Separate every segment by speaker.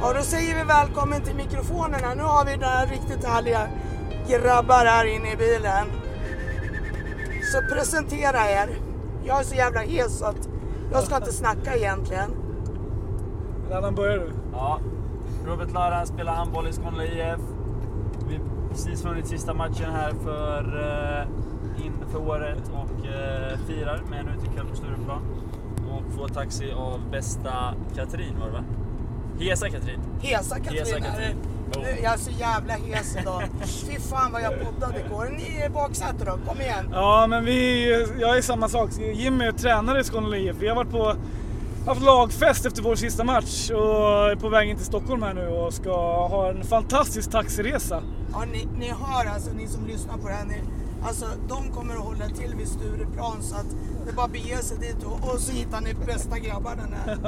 Speaker 1: Ja, då säger vi välkommen till mikrofonerna. Nu har vi några riktigt härliga grabbar här inne i bilen. Så presentera er. Jag är så jävla hes så att jag ska inte snacka egentligen.
Speaker 2: Redan börjar du.
Speaker 3: Ja. Robert Lara spelar handboll i Skåne IF. Vi har precis vunnit sista matchen här för, eh, inför året och eh, firar med en utekväll på Stureplan. Och får taxi av bästa Katrin var det va? Hesa Katrin.
Speaker 1: Hesa Katrin.
Speaker 3: Hesa
Speaker 1: är det.
Speaker 3: Katrin. Jo.
Speaker 1: Nu, jag är så jävla hes idag. Fy fan vad jag poddade igår. Ni är i baksätet då, kom igen.
Speaker 2: Ja, men vi, jag är samma sak. Jimmy är tränare i Skåne IF. Vi har varit på, haft lagfest efter vår sista match och är på väg in till Stockholm här nu och ska ha en fantastisk taxiresa.
Speaker 1: Ja, ni, ni hör alltså, ni som lyssnar på det här. Ni, alltså, de kommer att hålla till vid Stureplan så att det är bara att bege sig dit och, och så hittar ni bästa grabbarna där.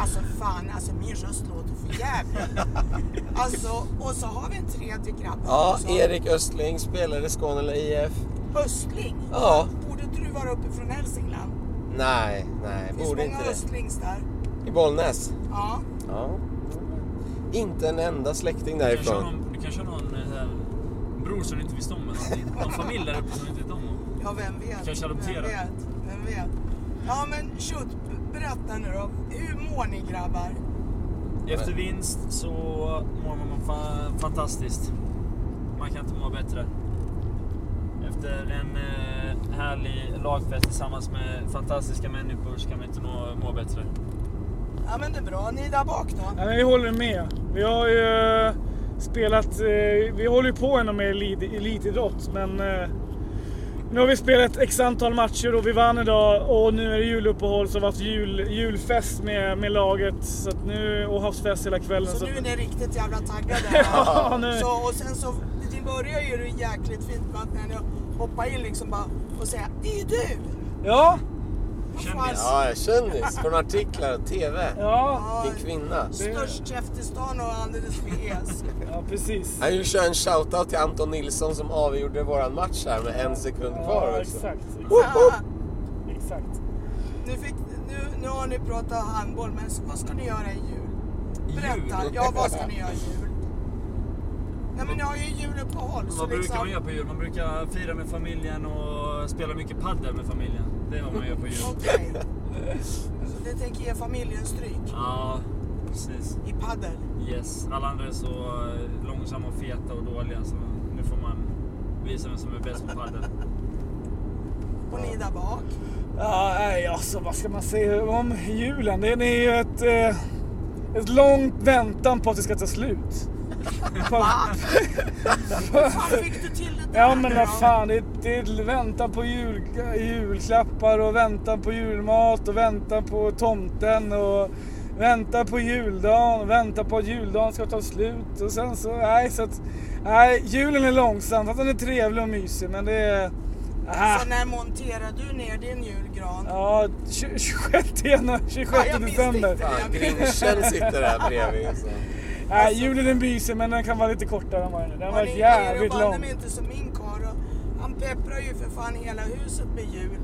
Speaker 1: Alltså fan, alltså min röst låter för jävligt. Alltså, och så har vi en tredje grabb
Speaker 4: Ja,
Speaker 1: också.
Speaker 4: Erik Östling spelar i Skåne IF.
Speaker 1: Östling.
Speaker 4: Ja.
Speaker 1: Borde inte du vara uppe från Hälsingland?
Speaker 4: Nej, nej,
Speaker 1: Det finns
Speaker 4: borde
Speaker 1: många
Speaker 4: inte det.
Speaker 1: Östlings där.
Speaker 4: I Bollnäs?
Speaker 1: Ja.
Speaker 4: Ja. Inte en enda släkting
Speaker 3: Du kanske har
Speaker 4: därifrån.
Speaker 3: någon, du kanske har någon eh, så här, bror som du inte visste om eller någonting. någon familj där uppe som du inte vet om.
Speaker 1: Ja, vem vet?
Speaker 3: Kanske adoptera.
Speaker 1: Vem vet? Vem vet? Ja, men shoot, b- berätta nu då. Hur mår ni grabbar?
Speaker 3: Efter vinst så mår man fa- fantastiskt. Man kan inte må bättre. Efter en eh, härlig lagfest tillsammans med fantastiska människor så kan man inte må, må bättre.
Speaker 1: Ja, men det är bra. Ni där bak då?
Speaker 2: Ja, men vi håller med. Vi har ju spelat, eh, vi håller ju på ändå med elit, elitidrott men eh, nu har vi spelat x antal matcher och vi vann idag och nu är det juluppehåll så vi har haft jul, julfest med, med laget så att nu, och haft fest hela kvällen.
Speaker 1: Så nu är ni riktigt jävla taggade.
Speaker 2: Alltså, Ja, nu.
Speaker 1: Så, och sen så, det börjar ju jäkligt fint med att när ni hoppar in liksom bara och säger Det är ju du!
Speaker 2: Ja,
Speaker 1: Vad
Speaker 3: Kändis.
Speaker 1: fan,
Speaker 4: Ja, jag kändis från artiklar och TV.
Speaker 2: ja,
Speaker 1: ja,
Speaker 4: Din kvinna.
Speaker 1: Störst käft i stan och alldeles för hes.
Speaker 2: ja precis.
Speaker 4: Jag vill köra en shoutout till Anton Nilsson som avgjorde våran match här med en sekund kvar
Speaker 2: Ja,
Speaker 4: också.
Speaker 2: exakt,
Speaker 1: Ah,
Speaker 2: exakt.
Speaker 1: nu, fick, nu, nu har ni pratat handboll, men så, vad ska ni göra i jul? Berätta,
Speaker 4: Jul?
Speaker 1: ja vad ska ni göra i jul? Nej men ni har ju juluppehåll så
Speaker 3: Vad brukar
Speaker 1: liksom...
Speaker 3: man göra på jul? Man brukar fira med familjen och spela mycket padel med familjen. Det är vad man gör på jul.
Speaker 1: Okej. Så ni tänker ge familjen stryk
Speaker 3: Ja, precis.
Speaker 1: i paddel?
Speaker 3: Yes. Alla andra är så eh, långsamma och feta och dåliga så nu får man visa vem som är bäst på padel.
Speaker 1: Och ni där bak?
Speaker 2: Ja, nej, alltså, vad ska man säga om julen? Den är ju ett, eh, ett långt väntan på att det ska ta slut. Fan.
Speaker 1: Fan fick du till det där
Speaker 2: Ja men
Speaker 1: nu
Speaker 2: vad
Speaker 1: då?
Speaker 2: fan, det är, det är väntan på jul, julklappar och väntan på julmat och väntan på tomten och väntan på juldagen och väntan på att juldagen ska ta slut och sen så, nej så att, nej julen är långsam, fast den är trevlig och mysig men det är, ah,
Speaker 1: Så när monterar du ner din julgran?
Speaker 2: ja 20 26 januari, 26
Speaker 1: Ja, jag Alltså. misstänkte
Speaker 2: december.
Speaker 1: det.
Speaker 4: Fan, grinchen sitter där bredvid. Så.
Speaker 2: Nej julen är mysig men den kan vara lite kortare än vad den är, den
Speaker 1: Har
Speaker 2: var
Speaker 1: ni-
Speaker 2: jävligt
Speaker 1: är det banne
Speaker 2: lång.
Speaker 1: mig inte som min karl. och Han pepprar ju för fan hela huset med jul.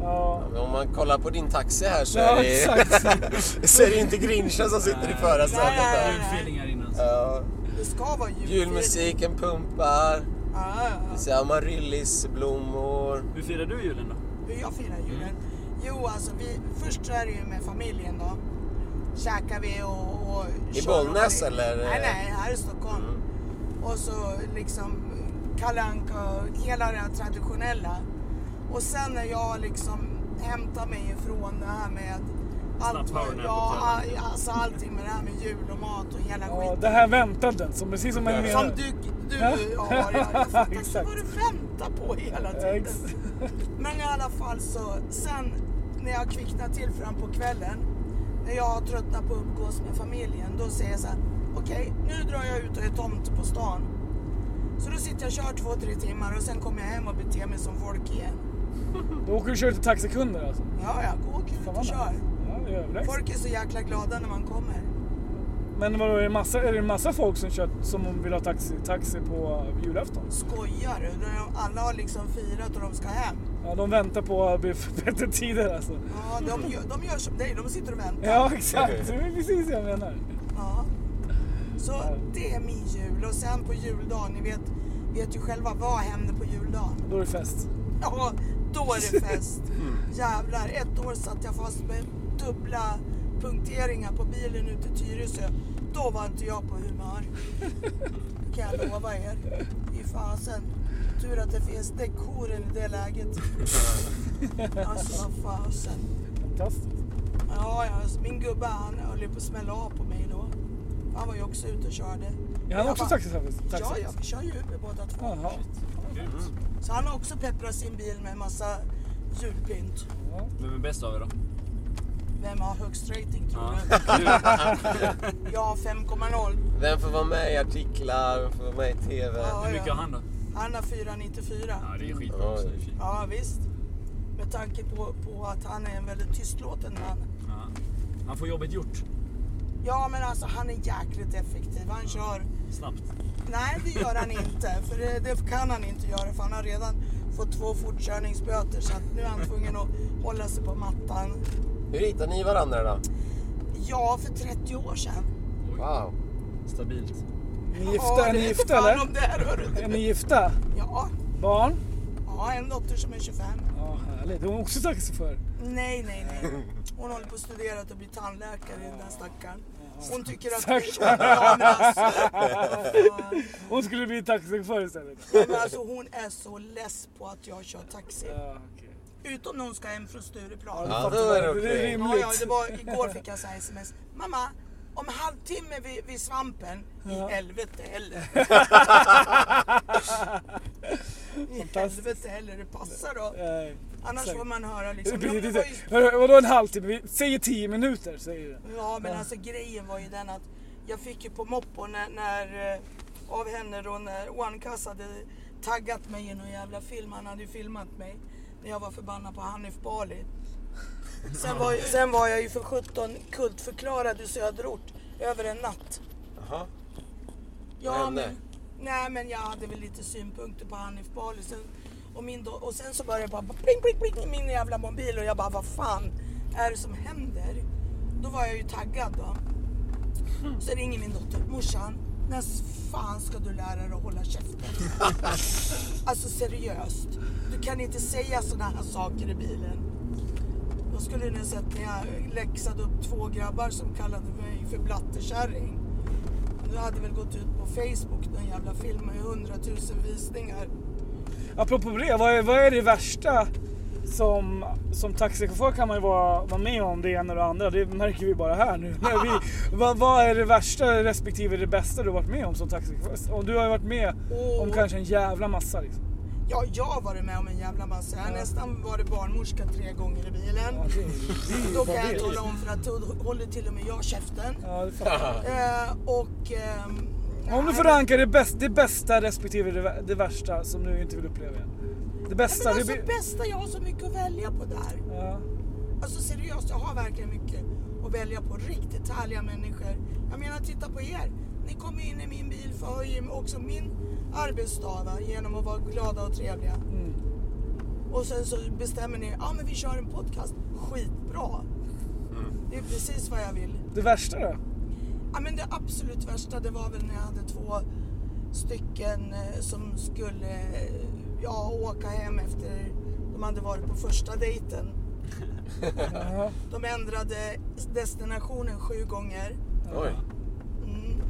Speaker 2: Ja.
Speaker 4: Men Om man kollar på din taxi här så
Speaker 2: Ja,
Speaker 4: är det,
Speaker 2: exakt.
Speaker 4: så är det inte grinchen som sitter
Speaker 3: Eh,
Speaker 4: i förarsätet. där.
Speaker 3: Julfeeling här inne alltså.
Speaker 4: Ja,
Speaker 1: Det ska vara jul. Ah,
Speaker 4: julmusiken pumpar.
Speaker 1: Ja, ja, ja.
Speaker 4: Vi ser amaryllisblommor.
Speaker 3: Hur firar du julen då?
Speaker 1: hur jag firar
Speaker 4: Mm.
Speaker 1: julen. Jo, alltså vi, först så är det ju med familjen då. Käkar vi och... och
Speaker 4: I
Speaker 1: kör
Speaker 4: Bollnäs
Speaker 1: och-
Speaker 4: eller? Mm.
Speaker 1: Nej, nej, här i Stockholm. Och så liksom Kalle Anka och hela det här traditionella. Och sen när jag liksom hämtar mig ifrån det här med allt,
Speaker 3: Snabb powernap
Speaker 1: ja,
Speaker 3: och
Speaker 1: all, alltså allting med det här med jul och mat och hela
Speaker 2: Ja,
Speaker 1: skiten.
Speaker 2: det här väntandet, som precis som man menar.
Speaker 1: Som du, du
Speaker 2: Ja.
Speaker 1: har. Jag fattar inte
Speaker 2: Exakt.
Speaker 1: vad du väntar på hela tiden.
Speaker 2: Ex-
Speaker 1: Men i alla fall så, sen när jag kvicknar till fram på kvällen, när jag har tröttnat på att umgås med familjen, då säger jag så här, okej, nu drar jag ut och är tomt på stan. Så då sitter jag och kör två, tre timmar och sen kommer jag hem och beter mig som folk igen.
Speaker 2: Då åker du och kör till taxikunder alltså?
Speaker 1: Ja, ja, gå och kul
Speaker 2: Fan
Speaker 1: och
Speaker 2: vad
Speaker 1: kör.
Speaker 2: nice. Ja, det är överlägset.
Speaker 1: Folk är så jäkla glada när man kommer.
Speaker 2: Men vadå, är det massa, är det massa folk som, kör, som vill ha taxi, taxi på julafton?
Speaker 1: Skojar du? De- Alla har liksom firat och de ska hem.
Speaker 2: Ja, de väntar på att bli bättre tider alltså.
Speaker 1: Ja, de gör, de gör som dig, de sitter och väntar.
Speaker 2: Ja, exakt. Det är precis det jag menar.
Speaker 1: Ja. Så det är min jul. Och sen på juldagen, ni vet, vet ju själva, vad händer på juldagen?
Speaker 2: Då är det fest.
Speaker 1: Ja, då är det fest. Jävlar, ett år satt jag fast med dubbla punkteringar på bilen ute i Tyresö. Då var inte jag på humör. Kan jag lova er. I fasen. Tur att det finns däckhoren i det läget. Alltså vad fasen.
Speaker 2: Fantastiskt.
Speaker 1: Ja, ja, alltså, min gubbe han höll ju på att smälla av på mig då. Han var ju också ute och körde.
Speaker 2: Är han
Speaker 1: Jag
Speaker 2: också
Speaker 1: bara,
Speaker 2: taxichaufför?
Speaker 1: Ja, ja, vi kör ju Uber båda två.
Speaker 2: Jaha.
Speaker 3: Mm.
Speaker 1: Så han har också pepprat sin bil med en massa julpynt.
Speaker 2: Ja.
Speaker 3: Vem är bäst av er då?
Speaker 1: Vem har högst rating tror
Speaker 3: Ja.
Speaker 1: du? Jag har 5,0.
Speaker 4: Vem får vara med i artiklar? Vem får vara med i TV?
Speaker 1: Ja.
Speaker 3: Hur mycket har han då?
Speaker 1: Han har 4,94.
Speaker 3: Ja, det är skitbra också i och för sig.
Speaker 1: Ja visst. Med tanke på, på att han är en väldigt tystlåten man.
Speaker 3: Ja. Han får jobbet gjort.
Speaker 1: Ja men alltså han är jäkligt effektiv. Han kör...
Speaker 3: Snabbt.
Speaker 1: Nej det gör han inte. För det, det kan han inte göra för han har redan fått två fortkörningsböter. Så att nu är han tvungen att hålla sig på mattan.
Speaker 4: Hur hittar ni varandra då?
Speaker 1: Ja för 30 år sedan.
Speaker 4: Wow.
Speaker 3: Stabilt.
Speaker 2: Ni är gifta, är ni gifta
Speaker 1: eller?
Speaker 2: eller?
Speaker 1: Om det här, hörru.
Speaker 2: Är ni gifta?
Speaker 1: ja,
Speaker 2: Barn?
Speaker 1: ja, en dotter som är 25.
Speaker 2: Ja, härligt. Hon är också taxichaufför.
Speaker 1: Nej, nej, nej. Hon håller på att studera att bli tandläkare, den där stackaren. Hon tycker att...
Speaker 2: Stackaren.
Speaker 1: Ja, men alltså,
Speaker 2: Hon skulle bli taxichaufför istället.
Speaker 1: men alltså, hon är så less på att jag kör taxi.
Speaker 2: Ja, okej.
Speaker 1: Utom när hon ska hem från Stureplan.
Speaker 4: Ja, då är
Speaker 2: Det är
Speaker 4: det okej.
Speaker 1: Ja, ja,
Speaker 2: rimligt.
Speaker 1: det var, igår fick jag så här sms. Mamma, om en halvtimme vid, vid svampen,
Speaker 2: Ja.
Speaker 1: i helvete heller. I
Speaker 2: Fantastiskt.
Speaker 1: helvete heller, det passar då.
Speaker 2: Nej.
Speaker 1: Annars
Speaker 2: exakt.
Speaker 1: får man höra liksom.
Speaker 2: Det
Speaker 1: "Ja,
Speaker 2: Eh, blir
Speaker 1: men det var
Speaker 2: lite...
Speaker 1: ju
Speaker 2: Hörru, Vadå en halvtimme? Vi säger tio minuter, säger du.
Speaker 1: Ja, men alltså grejen var ju den att jag fick ju på moppo när, när, eh, av henne då när Oankas hade taggat mig i någon jävla film. Han hade ju filmat mig när jag var förbannad på Hanif Bali. Sen var, sen var jag ju för 17 kultförklarad i söderort över en natt.
Speaker 4: Jaha.
Speaker 1: Ja,
Speaker 4: Vad hände?
Speaker 1: men, nej, men jag hade väl lite synpunkter på Hanif Bali. Sen, och, min, do- och sen så började jag bara pling, pling, pling i min jävla mobil och jag bara vad fan är det som händer? Då var jag ju taggad då. Så ringer min dotter, morsan, när fan ska du lära dig att hålla käften? alltså seriöst, du kan inte säga sådana här saker i bilen. Då skulle ni ha sett när jag läxade upp två grabbar som kallade mig för blattekärring. Det hade väl gått ut på Facebook, den jävla filmen med hundratusen visningar.
Speaker 2: Apropå det, vad är, vad är det värsta som, som taxichaufför kan man ju vara, vara med om det ena och det andra. Det märker vi bara här nu. När vi, vad, vad är det värsta respektive det bästa du har varit med om som taxichaufför? Och du har ju varit med
Speaker 1: Åh.
Speaker 2: om kanske en jävla massa liksom.
Speaker 1: Ja, jag har varit med om en jävla massa. Jag har
Speaker 2: Ja.
Speaker 1: nästan varit barnmorska tre gånger i bilen.
Speaker 2: Ja, det, det,
Speaker 1: Då
Speaker 2: vad
Speaker 1: kan jag
Speaker 2: det
Speaker 1: inte
Speaker 2: är.
Speaker 1: hålla om för att då håller till och med jag käften.
Speaker 2: Ja, det fattar jag.
Speaker 1: Eh, och... ehm,
Speaker 2: Om du
Speaker 1: nej,
Speaker 2: får ranka det, bäst, det bästa respektive det, vä- det värsta som du inte vill uppleva igen. Det bästa,
Speaker 1: men
Speaker 2: det
Speaker 1: alltså,
Speaker 2: blir...
Speaker 1: bästa, jag har så mycket att välja på där.
Speaker 2: Ja.
Speaker 1: Alltså seriöst, jag har verkligen mycket att välja på. Riktigt härliga människor. Jag menar, titta på er. Ni kommer in i min bil, förhöjer ju också min arbetsdag va, genom att vara glada och trevliga.
Speaker 2: Mm.
Speaker 1: Och sen så bestämmer ni, ja ah, men vi kör en podcast. Skitbra. Det är precis vad jag vill.
Speaker 2: Det värsta då?
Speaker 1: Ja men det absolut värsta det var väl när jag hade två stycken eh, som skulle eh, ja, åka hem efter de hade varit på första dejten.
Speaker 2: Jaha.
Speaker 1: De ändrade destinationen sju gånger.
Speaker 4: Oj.
Speaker 1: Mm.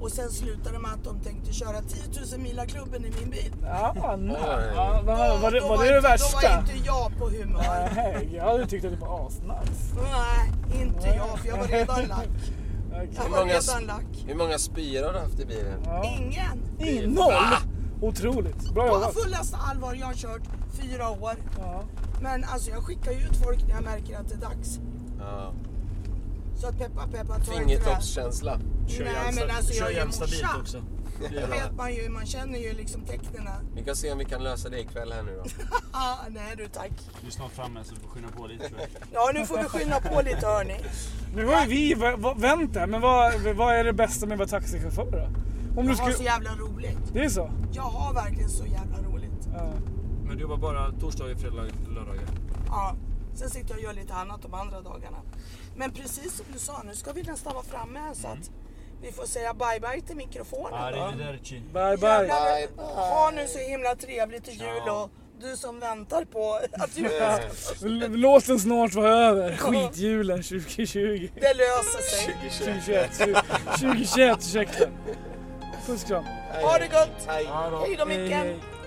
Speaker 1: Och sen slutade de med att de tänkte köra 10 000 mila klubben i min bil.
Speaker 2: Ja, nej.
Speaker 4: Oj.
Speaker 2: Ja, vad, vad, det-
Speaker 1: Då
Speaker 2: vad det är det
Speaker 1: inte-
Speaker 2: värsta?
Speaker 1: Då var inte jag på humör.
Speaker 2: Nej, jag hade tyckt att det var asnice.
Speaker 1: Nej, inte jag för jag var redan lack. Jag
Speaker 2: Okay.
Speaker 1: var
Speaker 4: många-
Speaker 1: redan lack.
Speaker 4: Hur många spyor har du haft i bilen?
Speaker 2: Ja.
Speaker 1: Ingen!
Speaker 2: In, noll! Otroligt. Bra
Speaker 1: På
Speaker 2: jobbat.
Speaker 1: fullaste allvar, jag har kört fyra år.
Speaker 2: Ja.
Speaker 1: Men alltså jag skickar ju ut folk när jag märker att det är dags.
Speaker 4: Ja.
Speaker 1: Så att peppa peppa ta inte det här.
Speaker 4: Fingertoppskänsla.
Speaker 3: Kör
Speaker 1: Nej,
Speaker 3: jämnt-
Speaker 1: men alltså, jag
Speaker 3: kör
Speaker 1: är ju
Speaker 3: jämnt stabilt
Speaker 1: morsa.
Speaker 3: också.
Speaker 1: Det vet man ju, man känner ju liksom tecknena.
Speaker 4: Vi kan se om vi kan lösa det ikväll här nu då.
Speaker 1: Ah, nej du tack.
Speaker 3: Du är snart framme så du får skynda på lite tror jag.
Speaker 1: Ja nu får vi skynda på lite hörni.
Speaker 2: Nu har ju vi va- va- vänt här, men vad, vad är det bästa med att vara taxichaufför då? Om du
Speaker 1: Jag har så
Speaker 2: skulle...
Speaker 1: jävla roligt.
Speaker 2: Det är så?
Speaker 1: alltså, Jag har verkligen så jävla roligt.
Speaker 2: Ja.
Speaker 3: Men du jobbar bara torsdagar, fredagar, lördagar?
Speaker 1: Ja. Sen sitter jag och gör lite annat de andra dagarna. Men precis som du sa, nu ska vi nästan vara framme här så att Vi får säga bye bye till mikrofonen då.
Speaker 3: Arrivederci.
Speaker 2: Bye bye.
Speaker 1: Jävlar,
Speaker 4: Bye, bye.
Speaker 1: Ha nu så himla trevligt till jul
Speaker 3: Ciao.
Speaker 1: och du som väntar på att julen ska...
Speaker 2: L- Låt den snart vara över. Skitjulen 2020.
Speaker 1: Det löser sig.
Speaker 2: 2021. 2021, ursäkta. Puss kram.
Speaker 1: Ha det gott!
Speaker 4: Hej.
Speaker 3: Ja då.
Speaker 1: Hej då
Speaker 2: Hej,
Speaker 1: Micken!
Speaker 2: hej.